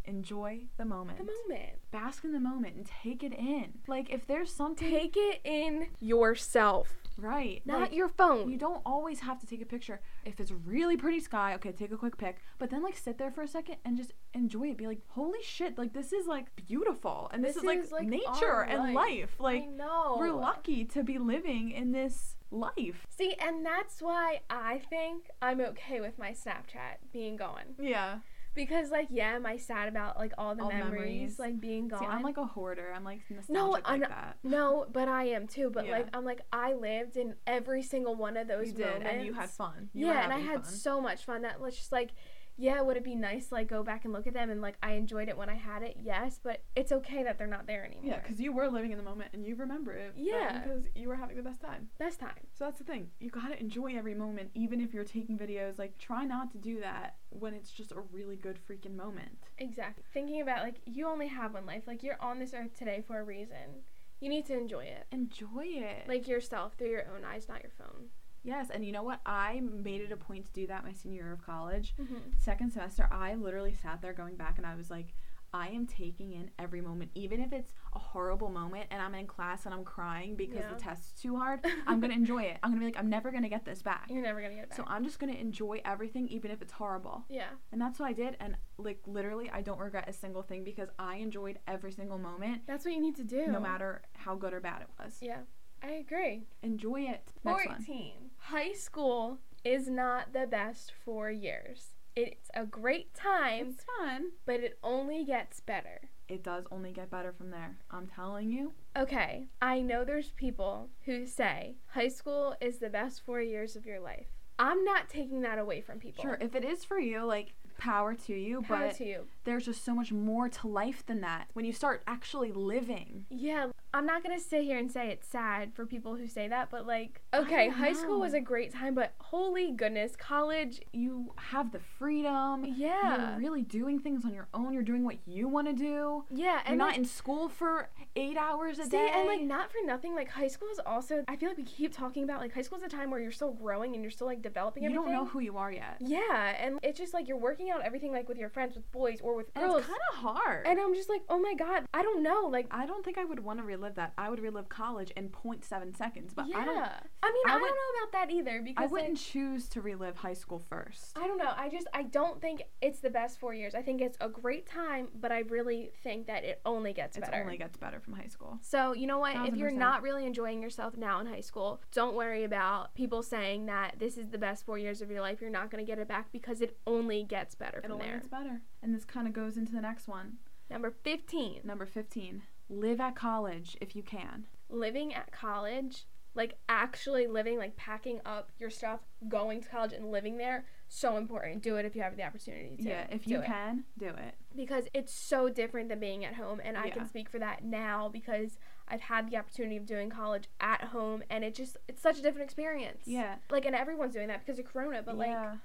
S1: Enjoy the moment.
S2: The moment.
S1: Bask in the moment and take it in. Like if there's something
S2: Take it in yourself,
S1: right,
S2: not
S1: like,
S2: your phone.
S1: You don't always have to take a picture. If it's really pretty sky, okay, take a quick pic. But then like sit there for a second and just enjoy it. Be like, holy shit, like this is like beautiful and this,
S2: This
S1: is, like,
S2: is, like,
S1: nature
S2: our
S1: and
S2: life.
S1: life.
S2: I
S1: Like
S2: know.
S1: we're lucky to be living in this life.
S2: See, and that's why I think I'm okay with my Snapchat being gone.
S1: Yeah.
S2: Because like, yeah, am I sad about like all the
S1: All the
S2: memories,
S1: memories.
S2: like being gone?
S1: See, I'm like a hoarder. I'm like nostalgic
S2: no,
S1: like
S2: I'm
S1: that.
S2: no, but I am too. But
S1: Yeah.
S2: like, I'm like, I lived in every single one of those
S1: You did,
S2: moments.
S1: and you had fun. You were
S2: yeah, and I
S1: having
S2: had
S1: fun.
S2: so much fun that was just like, yeah, would it be nice to like go back and look at them and like I enjoyed it when I had it? Yes, but it's okay that they're not there anymore.
S1: Yeah, because you were living in the moment and you remember it.
S2: Yeah.
S1: Because you were having the best time.
S2: best time.
S1: So that's the thing. You gotta enjoy every moment, even if you're taking videos. Like, try not to do that when it's just a really good freaking moment.
S2: Exactly. Thinking about like you only have one life. Like you're on this earth today for a reason. You need to enjoy it.
S1: Enjoy it.
S2: Like yourself through your own eyes, not your phone.
S1: yes, and you know what? I made it a point to do that my senior year of college.
S2: Mm-hmm.
S1: Second semester, I literally sat there going back and I was like, I am taking in every moment, even if it's a horrible moment and I'm in class and I'm crying because
S2: Yeah.
S1: the test's too hard. I'm gonna enjoy it. I'm gonna be like, I'm never gonna get this back.
S2: You're never gonna get it back.
S1: So I'm just gonna enjoy everything, even if it's horrible.
S2: yeah.
S1: And that's what I did. And like literally, I don't regret a single thing because I enjoyed every single moment,
S2: That's what you need to do.
S1: no matter how good or bad it was.
S2: Yeah. I agree.
S1: Enjoy it. Next one.
S2: 14. High school is not the best four years. It's a great time,
S1: It's fun.
S2: but it only gets better.
S1: It does only get better from there. I'm telling you.
S2: Okay, I know there's people who say high school is the best four years of your life. I'm not taking that away from people.
S1: Sure, if it is for you, like power to you,
S2: Power
S1: but
S2: to you.
S1: there's just so much more to life than that when you start actually living.
S2: Yeah, I'm not gonna sit here and say it's sad for people who say that, but like, okay,
S1: don't
S2: high school
S1: know.
S2: was a great time, but holy goodness, college,
S1: You have the freedom.
S2: yeah,
S1: You're really doing things on your own. You're doing what you want to do.
S2: yeah,
S1: You're
S2: and
S1: not
S2: like,
S1: in school for eight hours a
S2: See,
S1: day.
S2: and like not for nothing, like high school is also. I feel like we keep talking about like high school is a time where you're still growing and you're still like developing.
S1: you
S2: everything.
S1: don't know who you are yet.
S2: Yeah, and it's just like you're working out everything like with your friends, with boys or with
S1: And it's
S2: girls.
S1: kind of hard.
S2: And I'm just like, oh my god, I don't know, like.
S1: I don't think I would want to relive that. I would relive college in 0.7 seconds, but
S2: yeah.
S1: I don't.
S2: mean,
S1: I
S2: I,
S1: would-
S2: don't know about that either
S1: I
S2: because like, Oh,
S1: wouldn't choose to relive high school first.
S2: I don't know. I just I don't think it's the best four years. I think it's a great time, but I really think that it only gets
S1: It
S2: better.
S1: only gets better from high school.
S2: So, you know what? If
S1: Thousand
S2: you're
S1: percent.
S2: not really enjoying yourself now in high school, don't worry about people saying that this is the best four years of your life. You're not going to get it back because it only gets better
S1: It
S2: from
S1: only
S2: there.
S1: gets better. And this kind of goes into the next one.
S2: Number 15,
S1: Number 15. Live at college if you can.
S2: living at college, like actually living, like packing up your stuff, going to college and living there, so important. Do it if you have the opportunity to.
S1: yeah, if
S2: do
S1: you
S2: it.
S1: can, do it.
S2: Because it's so different than being at home, and I
S1: Yeah.
S2: can speak for that now because I've had the opportunity of doing college at home, and it just it's such a different experience.
S1: Yeah.
S2: like and everyone's doing that because of corona but like
S1: yeah.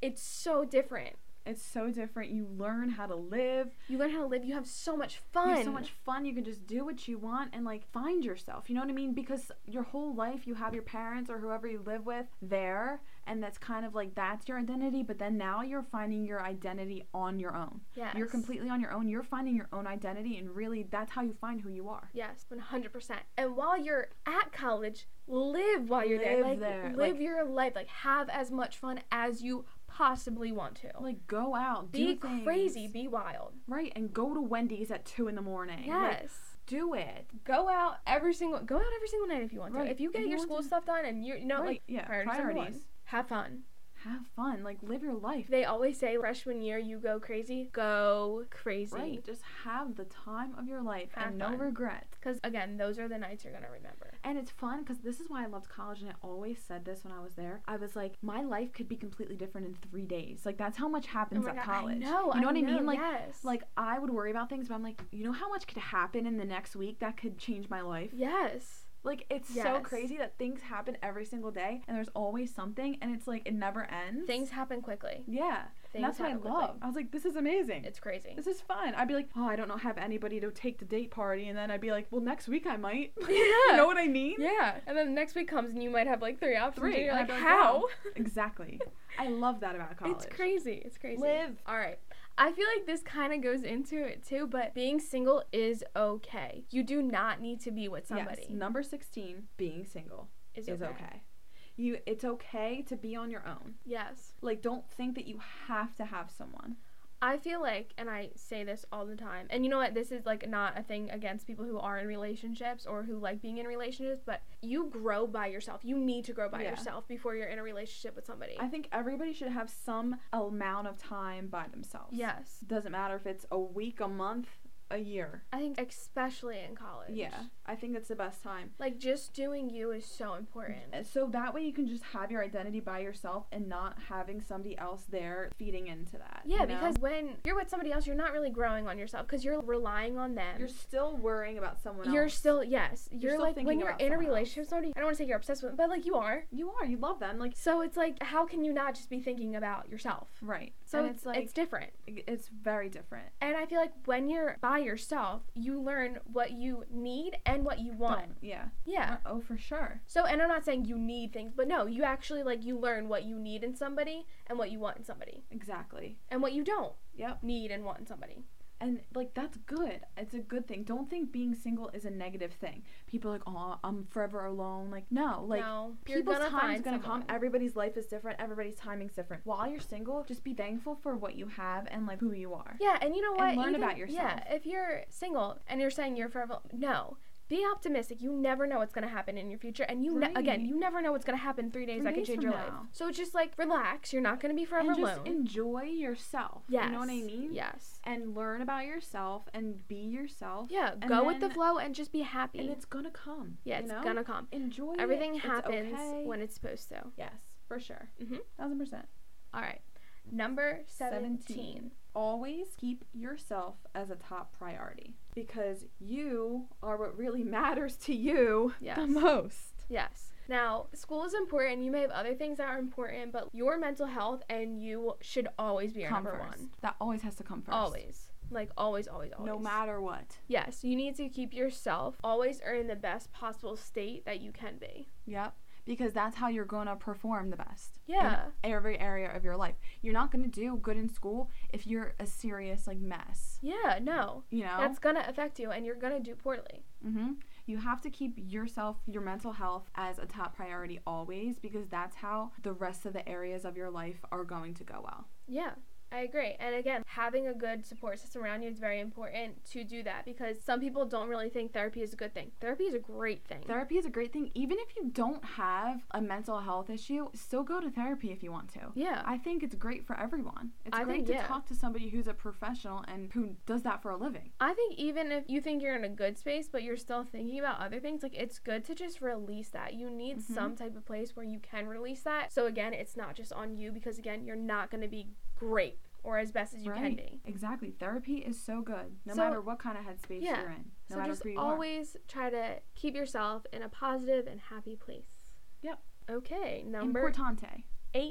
S2: it's so different
S1: It's so different. You learn how to live.
S2: you learn how to live you have so much
S1: You
S2: fun
S1: have so much fun. You can just do what you want and like find yourself. You know what I mean? Because your whole life you have your parents or whoever you live with there, and that's kind of like that's your identity. But then now you're finding your identity on your own.
S2: yes.
S1: You're completely on your own. You're finding your own identity, and really that's how you find who you are.
S2: yes 100% and while you're at college live while you're there
S1: Live
S2: like
S1: there,
S2: live
S1: like-
S2: your life like have as much fun as you possibly want to
S1: Like go out,
S2: be
S1: do things.
S2: crazy be wild
S1: right? And go to Wendy's at two in the morning. Like,
S2: yes
S1: do it.
S2: go out every single go out every single night if you want
S1: Right,
S2: to if you
S1: if
S2: get
S1: you
S2: your
S1: want
S2: school
S1: to.
S2: stuff done and you you know
S1: Right,
S2: like
S1: yeah,
S2: priorities, number one.
S1: priorities.
S2: have fun
S1: Have fun. Like live your life.
S2: they always say freshman year you go crazy go crazy
S1: Right. Just have the time of your life
S2: Have
S1: and no
S2: fun.
S1: regrets.
S2: Because again, those are the nights you're gonna remember.
S1: And it's fun because this is why I loved college, and I always said this when I was there. I was like, my life could be completely different in three days. Like that's how much happens at college.
S2: Oh I know.
S1: you know
S2: I
S1: what I mean? Like,
S2: yes.
S1: like I would worry about things, but I'm like, you know how much could happen in the next week that could change my life.
S2: yes.
S1: Like it's so
S2: Yes.
S1: crazy that things happen every single day, and there's always something, and it's like it never ends.
S2: Things happen quickly.
S1: Yeah, and
S2: Things
S1: that's what I
S2: happen
S1: love. I was like, this is amazing.
S2: It's crazy.
S1: this is fun. I'd be like, oh, I don't know, have anybody to take to date party, and then I'd be like, well, next week I might. [laughs] you
S2: Yeah.
S1: know what I mean?
S2: yeah. And then next week comes and you might have like three options.
S1: Three,
S2: And you're
S1: and
S2: like,
S1: I'd be like,
S2: how?
S1: wow,
S2: [laughs]
S1: Exactly. I love that about college.
S2: It's crazy. It's crazy.
S1: Live.
S2: All right. I feel like this kind of goes into it too, but being single is okay. You do not need to be with somebody.
S1: Yes. Number sixteen, being single
S2: Is
S1: is okay. You, it's okay to be on your own.
S2: Yes.
S1: Like, don't think that you have to have someone.
S2: I feel like, and I say this all the time, and you know what? This is like not a thing against people who are in relationships or who like being in relationships, but you grow by yourself. You need to grow by
S1: Yeah.
S2: yourself before you're in a relationship with somebody.
S1: I think everybody should have some amount of time by themselves.
S2: yes.
S1: Doesn't matter if it's a week, a month, a year.
S2: I think especially in college.
S1: Yeah, I think that's the best time.
S2: Like just doing you is so important.
S1: Uh, So that way you can just have your identity by yourself and not having somebody else there feeding into that.
S2: Yeah,
S1: you know?
S2: because when you're with somebody else, you're not really growing on yourself because you're relying on them.
S1: you're still worrying about someone
S2: You're
S1: else.
S2: still yes. You're,
S1: still
S2: like
S1: thinking
S2: when you're
S1: about
S2: in a
S1: someone else.
S2: relationship, with somebody. I don't want to say you're obsessed with, them, but like you are.
S1: you are, you love them. Like
S2: So it's like, how can you not just be thinking about yourself?
S1: right.
S2: So
S1: and
S2: it's
S1: it's like
S2: it's different.
S1: it's very different.
S2: And I feel like when you're by yourself, you learn what you need and what you want.
S1: Don't- Yeah.
S2: Yeah.
S1: Oh, for sure.
S2: So and I'm not saying you need things, but no, you actually like you learn what you need in somebody and what you want in somebody
S1: Exactly.
S2: and what you don't
S1: Yep.
S2: need and want in somebody.
S1: and like that's good it's a good thing don't think being single is a negative thing people are like oh i'm forever alone like no like
S2: no,
S1: people's time's
S2: find
S1: gonna
S2: someone.
S1: come everybody's life is different everybody's timing's different while you're single just be thankful for what you have and like who you are
S2: Yeah, and you know what?
S1: learn
S2: Even-
S1: about yourself.
S2: Yeah, if you're single and you're saying you're forever, no. Be optimistic. You never know what's gonna happen in your future, and you ne- again,
S1: Right.
S2: you never know what's gonna happen three days.
S1: Three
S2: that could
S1: days
S2: change
S1: from
S2: your life.
S1: now.
S2: So just like relax. You're not gonna be forever
S1: and just
S2: alone.
S1: enjoy yourself
S2: yes.
S1: you know what i mean
S2: Yes.
S1: and learn about yourself and be yourself
S2: Yeah.
S1: And
S2: go with the
S1: then-
S2: flow and just be happy.
S1: and it's gonna come
S2: yeah,
S1: you
S2: it's
S1: know?
S2: gonna come.
S1: enjoy it.
S2: Everything
S1: It's
S2: happens
S1: okay.
S2: when it's supposed to.
S1: yes for sure
S2: Mhm.
S1: thousand percent
S2: All right. Number 17.
S1: always keep yourself as a top priority because you are what really [laughs] matters to you the
S2: Yes.
S1: most.
S2: Yes. Now, school is important. You may have other things that are important, but your mental health and you should always be your number one.
S1: That always has to come first.
S2: Always. Like always, always, always.
S1: No matter what.
S2: Yes, you need to keep yourself always are in the best possible state that you can be.
S1: Yep. Because that's how you're going to perform the best. in
S2: Yeah.
S1: every area of your life. You're not going to do good in school if you're a serious like mess,
S2: Yeah, no.
S1: you know?
S2: That's gonna affect you and you're gonna do poorly.
S1: Mm-hmm. You have to keep yourself, your mental health as a top priority always because that's how the rest of the areas of your life are going to go well.
S2: Yeah. I agree. And again, having a good support system around you is very important to do that because some people don't really think therapy is a good thing. Therapy is a great thing.
S1: Therapy is a great thing. Even if you don't have a mental health issue, still go to therapy if you want to.
S2: yeah.
S1: I think it's great for everyone. It's
S2: I
S1: great
S2: think,
S1: to
S2: yeah.
S1: talk to somebody who's a professional and who does that for a living.
S2: I think even if you think you're in a good space, but you're still thinking about other things, like it's good to just release that. You need
S1: Mhm.
S2: some type of place where you can release that. So again, it's not just on you because again, you're not going to be great or as best as you can
S1: Right.
S2: be.
S1: Exactly. Therapy is so good, no
S2: So-
S1: matter what kind of headspace
S2: yeah.
S1: you're in, no
S2: so
S1: matter
S2: just
S1: who you
S2: always try to keep yourself in a positive and happy place.
S1: Yep.
S2: Okay,
S1: are.
S2: number
S1: Importante.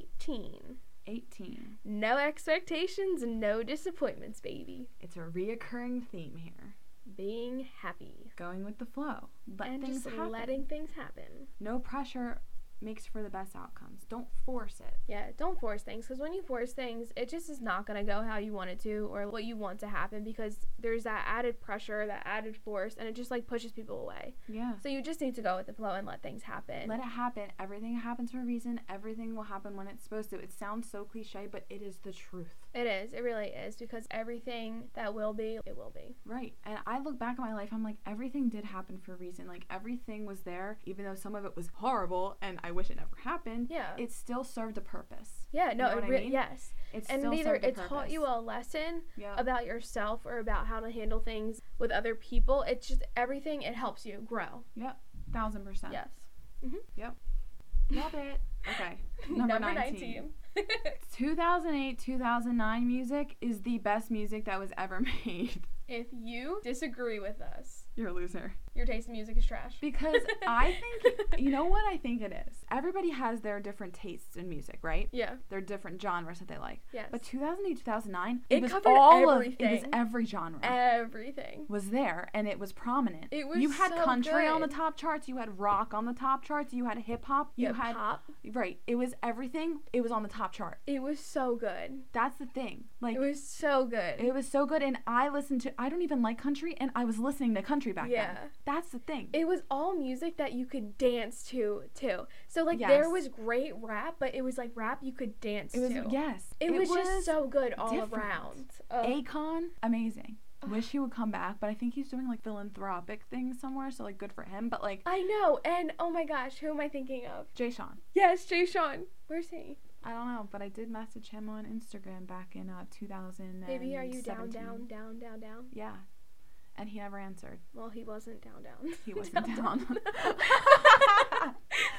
S2: 18.
S1: 18.
S2: No expectations, no disappointments, baby.
S1: It's a reoccurring theme here.
S2: Being happy
S1: Going with the flow. Let
S2: and
S1: things
S2: just
S1: happen.
S2: letting things happen.
S1: No pressure makes for the best outcomes. Don't force it.
S2: Yeah, don't force things because when you force things, it just is not going to go how you want it to or what you want to happen because there's that added pressure, that added force, and it just like pushes people away.
S1: Yeah.
S2: So you just need to go with the flow and let things happen.
S1: Let it happen. Everything happens for a reason. Everything will happen when it's supposed to. It sounds so cliche, but it is the truth.
S2: it is, it really is because everything that will be, it will be.
S1: Right. And I look back at my life, I'm like, everything did happen for a reason. Like, everything was there, even though some of it was horrible and I wish it never happened.
S2: Yeah.
S1: It still served a purpose.
S2: yeah, no,
S1: know what I
S2: it re-
S1: mean?
S2: yes.
S1: It
S2: And
S1: still
S2: it either
S1: served a
S2: it
S1: purpose.
S2: taught you a lesson
S1: Yeah.
S2: about yourself or about how to handle things with other people. It's just everything, it helps you grow.
S1: Yep. Thousand percent.
S2: Yes.
S1: Love it.
S2: [laughs]
S1: Okay. Number, 19.
S2: 19.
S1: 2008 2009 music is the best music that was ever [laughs] made.
S2: [laughs] If you disagree with us,
S1: You're a loser.
S2: your taste in music is trash.
S1: Because I think, you know what I think it is? Everybody has their different tastes in music, right?
S2: Yeah.
S1: Their different genres that they like.
S2: Yes.
S1: But 2008, 2009,
S2: It covered
S1: Of, it was
S2: everything.
S1: every genre
S2: Everything.
S1: was there, and it was prominent.
S2: It was
S1: you had
S2: so
S1: country on the
S2: good.
S1: top charts, you had rock on the top charts, you had hip hop, you
S2: Yeah,
S1: had
S2: pop.
S1: right. It was everything. It was on the top chart.
S2: It was so good.
S1: That's the thing. Like
S2: It was so good.
S1: it was so good, and I listened to. I don't even like country, and I was listening to country back
S2: Yeah.
S1: then. That's the thing.
S2: it was all music that you could dance to too. So like there
S1: Yes.
S2: was great rap, but it was like rap you could dance
S1: It was
S2: to.
S1: yes.
S2: It, was, just so good all
S1: different.
S2: around. Ugh.
S1: Akon, amazing. Wish he would come back, but I think he's doing like philanthropic things somewhere, so like good for him. But like
S2: I know, and oh my gosh, who am I thinking of?
S1: Jay Sean.
S2: Yes, Jay Sean. Where's he?
S1: I don't know, but I did message him on Instagram back in uh 2000.
S2: Baby, are you down, down, down, down, down?
S1: Yeah. and he never answered.
S2: Well, he wasn't down [laughs] down. [laughs]
S1: He wasn't down. [laughs]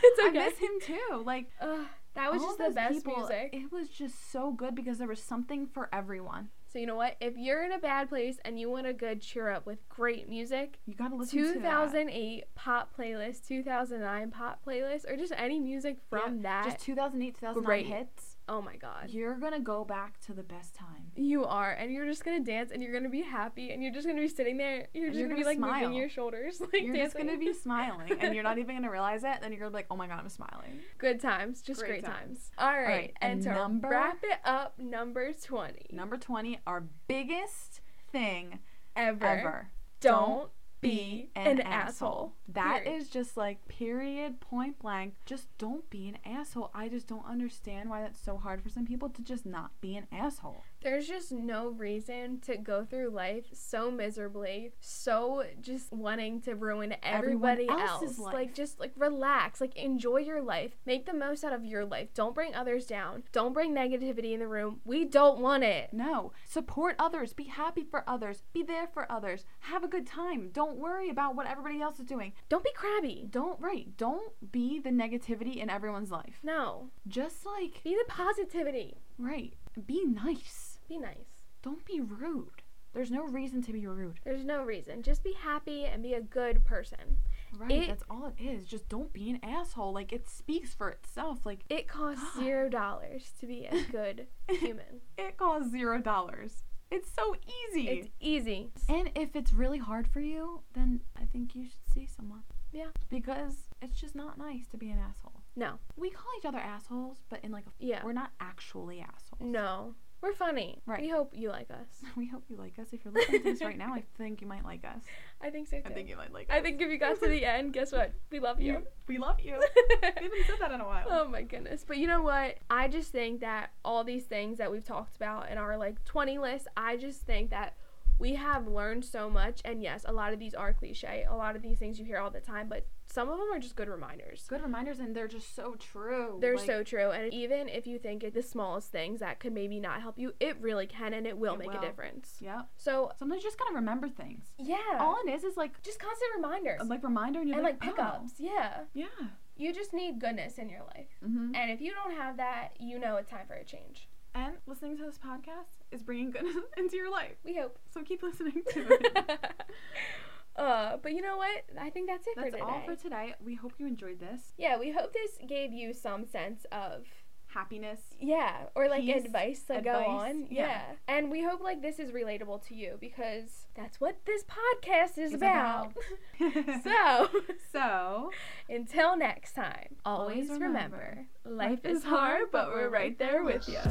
S2: it's
S1: I
S2: okay.
S1: miss him too. Like
S2: Ugh, that was
S1: all
S2: just
S1: of
S2: the
S1: those
S2: best
S1: people,
S2: music.
S1: It was just so good because there was something for everyone.
S2: So you know what? If you're in a bad place and you want a good cheer up with great music,
S1: You gotta listen to that.
S2: 2008 pop playlist, 2009 pop playlist, or just any music from that.
S1: Just 2008, 2009
S2: Great.
S1: hits.
S2: oh my god.
S1: You're gonna go back to the best
S2: [laughs]
S1: time.
S2: You are, and you're just gonna dance, and you're gonna be happy, and you're just gonna be sitting there. You're
S1: And
S2: just
S1: you're
S2: gonna,
S1: gonna
S2: be like
S1: smile.
S2: moving your shoulders, [laughs] like
S1: You're just
S2: dancing.
S1: gonna be smiling, and
S2: [laughs] e-,
S1: you're not even gonna realize it. Then you're gonna be like, "Oh my god, I'm smiling."
S2: good times, just
S1: Great
S2: great,
S1: times.
S2: times. All right,
S1: right,
S2: and,
S1: and
S2: to
S1: number-
S2: wrap it up, number 20
S1: Number 20, our biggest thing
S2: ever,
S1: ever.
S2: don't
S1: be an, asshole. That is just like period point blank. Just don't be an asshole. I just don't understand why that's so hard for some people to just not be an asshole.
S2: There's just no reason to go through life so miserably, so just wanting to ruin
S1: Everyone
S2: everybody
S1: else's
S2: else.
S1: life.
S2: Like just like relax, like enjoy your life, make the most out of your life. Don't bring others down. Don't bring negativity in the room. We don't want it.
S1: No. Support others. Be happy for others. Be there for others. Have a good time. Don't worry about what everybody else is doing.
S2: Don't be crabby.
S1: Don't right. Don't be the negativity in everyone's life.
S2: No.
S1: Just like
S2: Be the positivity.
S1: right. Be nice.
S2: Be nice.
S1: Don't be rude. There's no reason to be rude.
S2: There's no reason. Just be happy and be a good person.
S1: Right.
S2: It-
S1: that's all it is. Just don't be an asshole. Like it speaks for itself. Like [laughs] [gasps]
S2: It costs
S1: God.
S2: zero dollars to be
S1: [laughs]
S2: a good human.
S1: it costs zero dollars. It's so easy.
S2: It's easy.
S1: and if it's really hard for you, then I think you should see someone.
S2: Yeah.
S1: Because it's just not nice to be an asshole.
S2: No.
S1: We call each other assholes, but in like a,
S2: Yeah.
S1: we're not actually assholes.
S2: No. We're funny.
S1: Right.
S2: We hope you like us.
S1: [laughs] We hope you like us. If you're listening to this right [laughs] now, I think you might like us.
S2: I think so too.
S1: you might like
S2: I think if you got
S1: [laughs]
S2: to the end, guess what? We love you.
S1: We love you.
S2: [laughs]
S1: we haven't said that in a while.
S2: oh my goodness. But you know what? I just think that all these things that we've talked about in our like 20 list, I just think that we have learned so much. And yes, a lot of these are cliche. A lot of these things you hear all the time, but some of them are just good reminders.
S1: Good reminders, and they're just so true.
S2: They're
S1: Like,
S2: so true. And even if you think it's the smallest things that could maybe not help you, it really can and it will
S1: It
S2: make
S1: will.
S2: a difference.
S1: Yep.
S2: So,
S1: Sometimes you just gotta remember things.
S2: yeah.
S1: All it is is like
S2: just constant reminders.
S1: a, like reminder, and you're
S2: and like
S1: oh,
S2: pickups. Yeah.
S1: Yeah.
S2: You just need goodness in your life.
S1: Mm-hmm.
S2: And if you don't have that, you know it's time for a change.
S1: And listening to this podcast is bringing goodness [laughs] into your life. [laughs]
S2: We hope. [laughs]
S1: So keep listening to it.
S2: uh, but you know what? I think that's it for
S1: That's
S2: today.
S1: all for today. We hope you enjoyed this.
S2: yeah, we hope this gave you some sense of
S1: Happiness.
S2: yeah, or like
S1: Peace,
S2: advice to go
S1: advice,
S2: on.
S1: yeah.
S2: Yeah. and we hope like this is relatable to you because that's what this podcast
S1: It's
S2: is about. [laughs] so,
S1: [laughs] so,
S2: until next time,
S1: Always
S2: always remember,
S1: remember,
S2: life is hard, but we're right there with you.